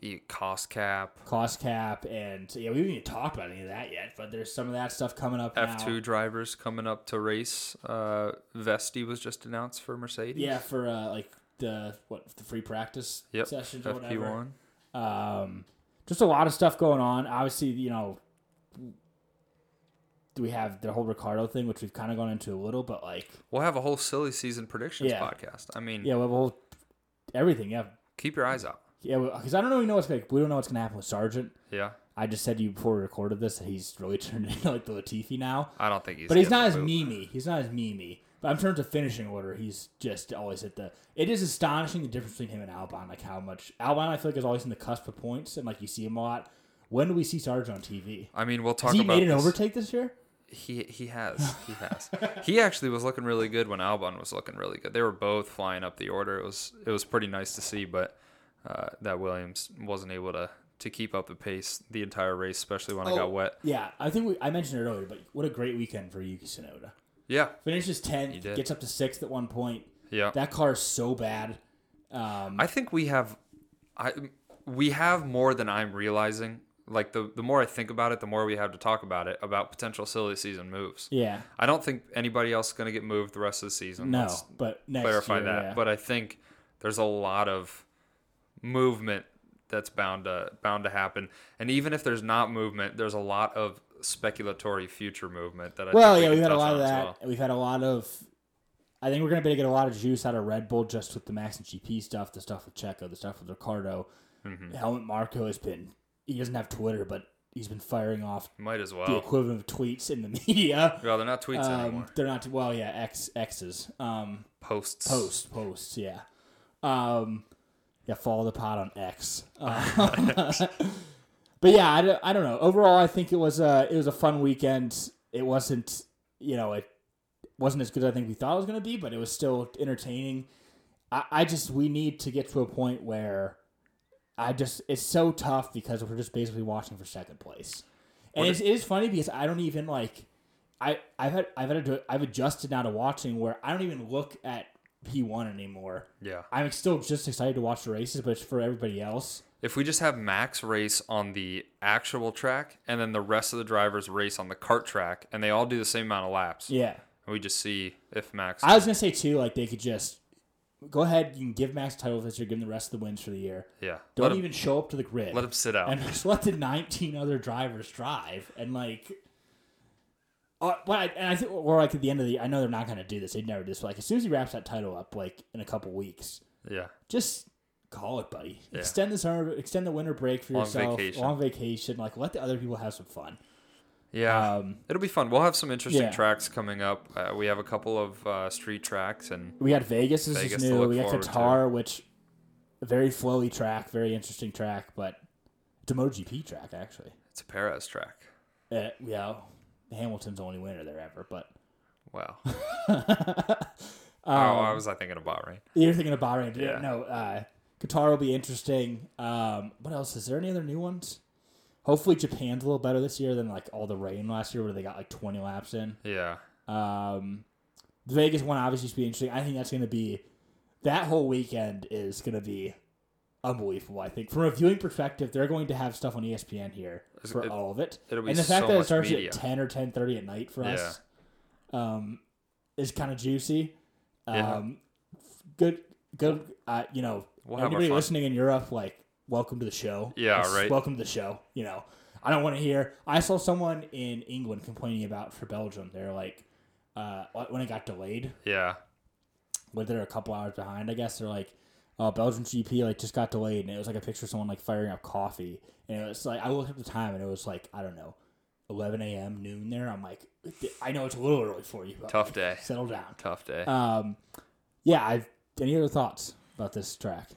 [SPEAKER 1] E- Cost cap,
[SPEAKER 2] cost cap and yeah, we haven't even talked about any of that yet. But there's some of that stuff coming up now.
[SPEAKER 1] F two drivers coming up to race. Uh, Vesti was just announced for Mercedes.
[SPEAKER 2] yeah, for uh, like the what the free practice
[SPEAKER 1] Yep.
[SPEAKER 2] sessions or
[SPEAKER 1] FP
[SPEAKER 2] whatever.
[SPEAKER 1] one.
[SPEAKER 2] Um, just a lot of stuff going on. Obviously, you know, we have the whole Ricardo thing, which we've kind of gone into a little, but like
[SPEAKER 1] We'll have a whole silly season predictions
[SPEAKER 2] Yeah.
[SPEAKER 1] podcast. I mean,
[SPEAKER 2] yeah, we have a whole everything. Yeah,
[SPEAKER 1] keep your eyes out.
[SPEAKER 2] yeah, because I don't really know what's like. We don't know what's gonna happen with Sargent.
[SPEAKER 1] Yeah,
[SPEAKER 2] I just said to you before we recorded this that he's really [LAUGHS] turned into like the Latifi now.
[SPEAKER 1] I don't think he's.
[SPEAKER 2] But he's
[SPEAKER 1] getting
[SPEAKER 2] not as
[SPEAKER 1] the boot.
[SPEAKER 2] memey. He's not as memey. But in terms of finishing order, he's just always at the. It is astonishing the difference between him and Albon, like how much Albon I feel like is always in the cusp of points, and like you see him a lot. When do we see Sarge on TV?
[SPEAKER 1] I mean, we'll talk
[SPEAKER 2] Has he
[SPEAKER 1] about.
[SPEAKER 2] made an
[SPEAKER 1] this.
[SPEAKER 2] overtake this year?
[SPEAKER 1] He he
[SPEAKER 2] [LAUGHS]
[SPEAKER 1] has he has. he actually was looking really good when Albon was looking really good. They were both flying up the order. It was it was pretty nice to see, but uh, that Williams wasn't able to to keep up the pace the entire race, especially when it
[SPEAKER 2] Oh.
[SPEAKER 1] got wet.
[SPEAKER 2] Yeah, I think we, I mentioned it earlier, but what a great weekend for Yuki Tsunoda.
[SPEAKER 1] Yeah,
[SPEAKER 2] Finishes tenth,
[SPEAKER 1] did.
[SPEAKER 2] gets up to sixth at one point.
[SPEAKER 1] yeah.
[SPEAKER 2] That car is so bad. Um,
[SPEAKER 1] I think we have, I we have more than I'm realizing like the the more I think about it, the more we have to talk about it about potential silly season moves.
[SPEAKER 2] Yeah.
[SPEAKER 1] I don't think anybody else is going to get moved the rest of the season.
[SPEAKER 2] No,
[SPEAKER 1] Let's
[SPEAKER 2] but next
[SPEAKER 1] clarify
[SPEAKER 2] year,
[SPEAKER 1] that.
[SPEAKER 2] yeah.
[SPEAKER 1] But I think there's a lot of movement that's bound to bound to happen. And even if there's not movement, there's a lot of speculatory future movement that I
[SPEAKER 2] well,
[SPEAKER 1] think
[SPEAKER 2] yeah,
[SPEAKER 1] we
[SPEAKER 2] we've
[SPEAKER 1] can
[SPEAKER 2] had a
[SPEAKER 1] touch
[SPEAKER 2] lot
[SPEAKER 1] on
[SPEAKER 2] of
[SPEAKER 1] as
[SPEAKER 2] that.
[SPEAKER 1] well.
[SPEAKER 2] We've had a lot of. I think we're going to be able to get a lot of juice out of Red Bull just with the Max and GP stuff, the stuff with Checo, the stuff with Ricardo.
[SPEAKER 1] Mm-hmm.
[SPEAKER 2] Helmut Marco has been. He doesn't have Twitter, but he's been firing off
[SPEAKER 1] Might as
[SPEAKER 2] the
[SPEAKER 1] well.
[SPEAKER 2] equivalent of tweets in the [LAUGHS] media.
[SPEAKER 1] Well, they're not tweets
[SPEAKER 2] Um,
[SPEAKER 1] anymore.
[SPEAKER 2] they're not well, yeah, X X's. Um,
[SPEAKER 1] Posts.
[SPEAKER 2] posts, posts, yeah. Um, yeah, follow the pod on X. [LAUGHS] Uh, but yeah, I don't, I don't know. Overall, I think it was a it was a fun weekend. It wasn't, you know, it wasn't as good as I think we thought it was going to be, but it was still entertaining. I, I just we need to get to a point where I just it's so tough because we're just basically watching for second place, and it's, it is funny because I don't even like. I, I've had I've had to, I've adjusted now to watching where I don't even look at P one anymore.
[SPEAKER 1] Yeah.
[SPEAKER 2] I'm still just excited to watch the races, but it's for everybody else.
[SPEAKER 1] If we just have Max race on the actual track and then the rest of the drivers race on the cart track and they all do the same amount of laps,
[SPEAKER 2] Yeah,
[SPEAKER 1] and we just see if Max.
[SPEAKER 2] I was gonna say too, like they could just go ahead. You can give Max title this year, give him the rest of the wins for the year.
[SPEAKER 1] yeah.
[SPEAKER 2] Don't
[SPEAKER 1] let, him,
[SPEAKER 2] even show up to the grid.
[SPEAKER 1] let him sit out.
[SPEAKER 2] and [LAUGHS] just let the 19 other drivers drive and like uh, but I, and I think or like at the end of the I know they're not going to do this they'd never do this but like as soon as he wraps that title up like in a couple weeks
[SPEAKER 1] yeah.
[SPEAKER 2] just call it buddy extend the summer extend the winter break for
[SPEAKER 1] Long
[SPEAKER 2] yourself
[SPEAKER 1] vacation.
[SPEAKER 2] long vacation like let the other people have some fun
[SPEAKER 1] Yeah.
[SPEAKER 2] um
[SPEAKER 1] It'll be fun. We'll have some interesting
[SPEAKER 2] yeah.
[SPEAKER 1] tracks coming up. Uh, we have a couple of uh, street tracks and
[SPEAKER 2] we got Vegas this
[SPEAKER 1] Vegas
[SPEAKER 2] is
[SPEAKER 1] to
[SPEAKER 2] new
[SPEAKER 1] look
[SPEAKER 2] we got
[SPEAKER 1] forward to.
[SPEAKER 2] Qatar which a very flowy track very interesting track but it's a MotoGP track actually
[SPEAKER 1] it's a Perez track.
[SPEAKER 2] uh, yeah Hamilton's the only winner there ever but [LAUGHS]
[SPEAKER 1] Wow. [LAUGHS] oh,
[SPEAKER 2] Um,
[SPEAKER 1] I was I thinking about right?
[SPEAKER 2] You're thinking of Bahrain.
[SPEAKER 1] Yeah.
[SPEAKER 2] Yeah. No, uh, Qatar will be interesting. Um, what else? Is there any other new ones? Hopefully, Japan's a little better this year than like all the rain last year, where they got like 20 laps in.
[SPEAKER 1] Yeah.
[SPEAKER 2] Um, the Vegas one obviously should be interesting. I think that's going to be that whole weekend is going to be unbelievable. I think from a viewing perspective, they're going to have stuff on E ESPN here for
[SPEAKER 1] it-
[SPEAKER 2] all of it.
[SPEAKER 1] it'll be
[SPEAKER 2] and the fact
[SPEAKER 1] so
[SPEAKER 2] that it
[SPEAKER 1] much
[SPEAKER 2] starts
[SPEAKER 1] media.
[SPEAKER 2] at 10 or 10:30 at night for us um, is kind of juicy. Um,
[SPEAKER 1] Yeah.
[SPEAKER 2] Good, good. Uh, you know,
[SPEAKER 1] We'll have our
[SPEAKER 2] anybody
[SPEAKER 1] fun.
[SPEAKER 2] listening in Europe, like, welcome to the show.
[SPEAKER 1] Yeah,
[SPEAKER 2] It's-
[SPEAKER 1] right.
[SPEAKER 2] Welcome to the show. You know, I don't want to hear. I saw someone in England complaining about for Belgium. They're like, uh, when it got delayed,
[SPEAKER 1] Yeah.
[SPEAKER 2] but they're a couple hours behind. I guess they're like, oh, Belgium GP like just got delayed, and it was like a picture of someone like firing up coffee, and it was like I looked up the time, and it was like I don't know, 11 a.m. noon there. I'm like, I know it's a little early for you, but
[SPEAKER 1] Tough day.
[SPEAKER 2] settle down.
[SPEAKER 1] Tough day.
[SPEAKER 2] Um, yeah. I've, any other thoughts about this track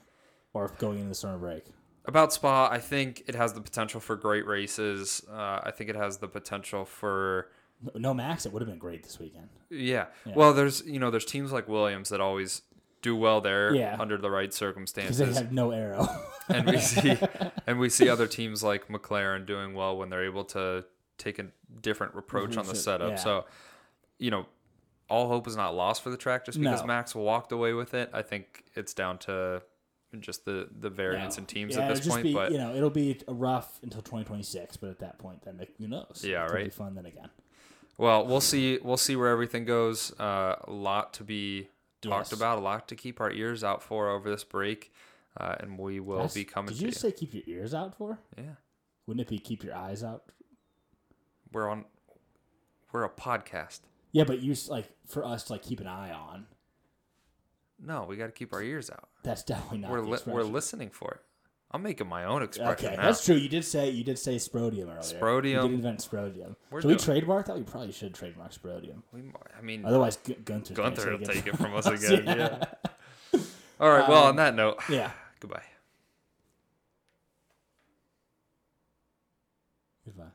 [SPEAKER 2] or going into the summer break?
[SPEAKER 1] about Spa, I think it has the potential for great races. Uh, I think it has the potential for
[SPEAKER 2] No Max, it would have been great this weekend.
[SPEAKER 1] yeah. Well, there's you know there's teams like Williams that always do well there
[SPEAKER 2] Yeah.
[SPEAKER 1] under the right
[SPEAKER 2] Because they
[SPEAKER 1] circumstances,
[SPEAKER 2] have no arrow. [LAUGHS]
[SPEAKER 1] and we see and we see other teams like McLaren doing well when they're able to take a different approach on the
[SPEAKER 2] Reduce it,
[SPEAKER 1] setup.
[SPEAKER 2] Mhm. yeah.
[SPEAKER 1] So, you know, all hope is not lost for the track just because
[SPEAKER 2] No.
[SPEAKER 1] Max walked away with it. I think it's down to just the the variance in teams
[SPEAKER 2] Yeah,
[SPEAKER 1] at
[SPEAKER 2] it'll
[SPEAKER 1] this
[SPEAKER 2] just
[SPEAKER 1] point,
[SPEAKER 2] be,
[SPEAKER 1] but
[SPEAKER 2] you know, it'll be a rough until 2026, but at that point, then like, who knows?
[SPEAKER 1] Yeah,
[SPEAKER 2] it'll Be
[SPEAKER 1] right.
[SPEAKER 2] fun then again.
[SPEAKER 1] Well, we'll see. We'll see where everything goes. Uh, a lot to be talked
[SPEAKER 2] Yes.
[SPEAKER 1] about. A lot to keep our ears out for over this break, uh, and we will
[SPEAKER 2] That's-
[SPEAKER 1] be coming
[SPEAKER 2] Did
[SPEAKER 1] to
[SPEAKER 2] you
[SPEAKER 1] you.
[SPEAKER 2] just say keep your ears out for?
[SPEAKER 1] yeah,
[SPEAKER 2] Wouldn't it be keep your eyes out?
[SPEAKER 1] we're on. We're a podcast.
[SPEAKER 2] Yeah, but you s- like for us to like keep an eye on.
[SPEAKER 1] No, we got to keep our ears out.
[SPEAKER 2] That's [LAUGHS] definitely not.
[SPEAKER 1] We're
[SPEAKER 2] the
[SPEAKER 1] li- we're
[SPEAKER 2] expression.
[SPEAKER 1] listening for it. I'm making my own expression
[SPEAKER 2] Okay,
[SPEAKER 1] now.
[SPEAKER 2] that's true. You did say you did say Sprodium earlier. You
[SPEAKER 1] Sprodium.
[SPEAKER 2] did invent Sprodium.
[SPEAKER 1] We're
[SPEAKER 2] Should we
[SPEAKER 1] doing-
[SPEAKER 2] trademark that? We probably should trademark Sprodium.
[SPEAKER 1] We mo- I mean,
[SPEAKER 2] Otherwise, Gu- Gunther.
[SPEAKER 1] Gunther will
[SPEAKER 2] can't
[SPEAKER 1] take it from us again. yeah. [LAUGHS] All right. Well,
[SPEAKER 2] Um,
[SPEAKER 1] on that note,
[SPEAKER 2] [LAUGHS]
[SPEAKER 1] [SIGHS]
[SPEAKER 2] Yeah.
[SPEAKER 1] goodbye.
[SPEAKER 2] Goodbye.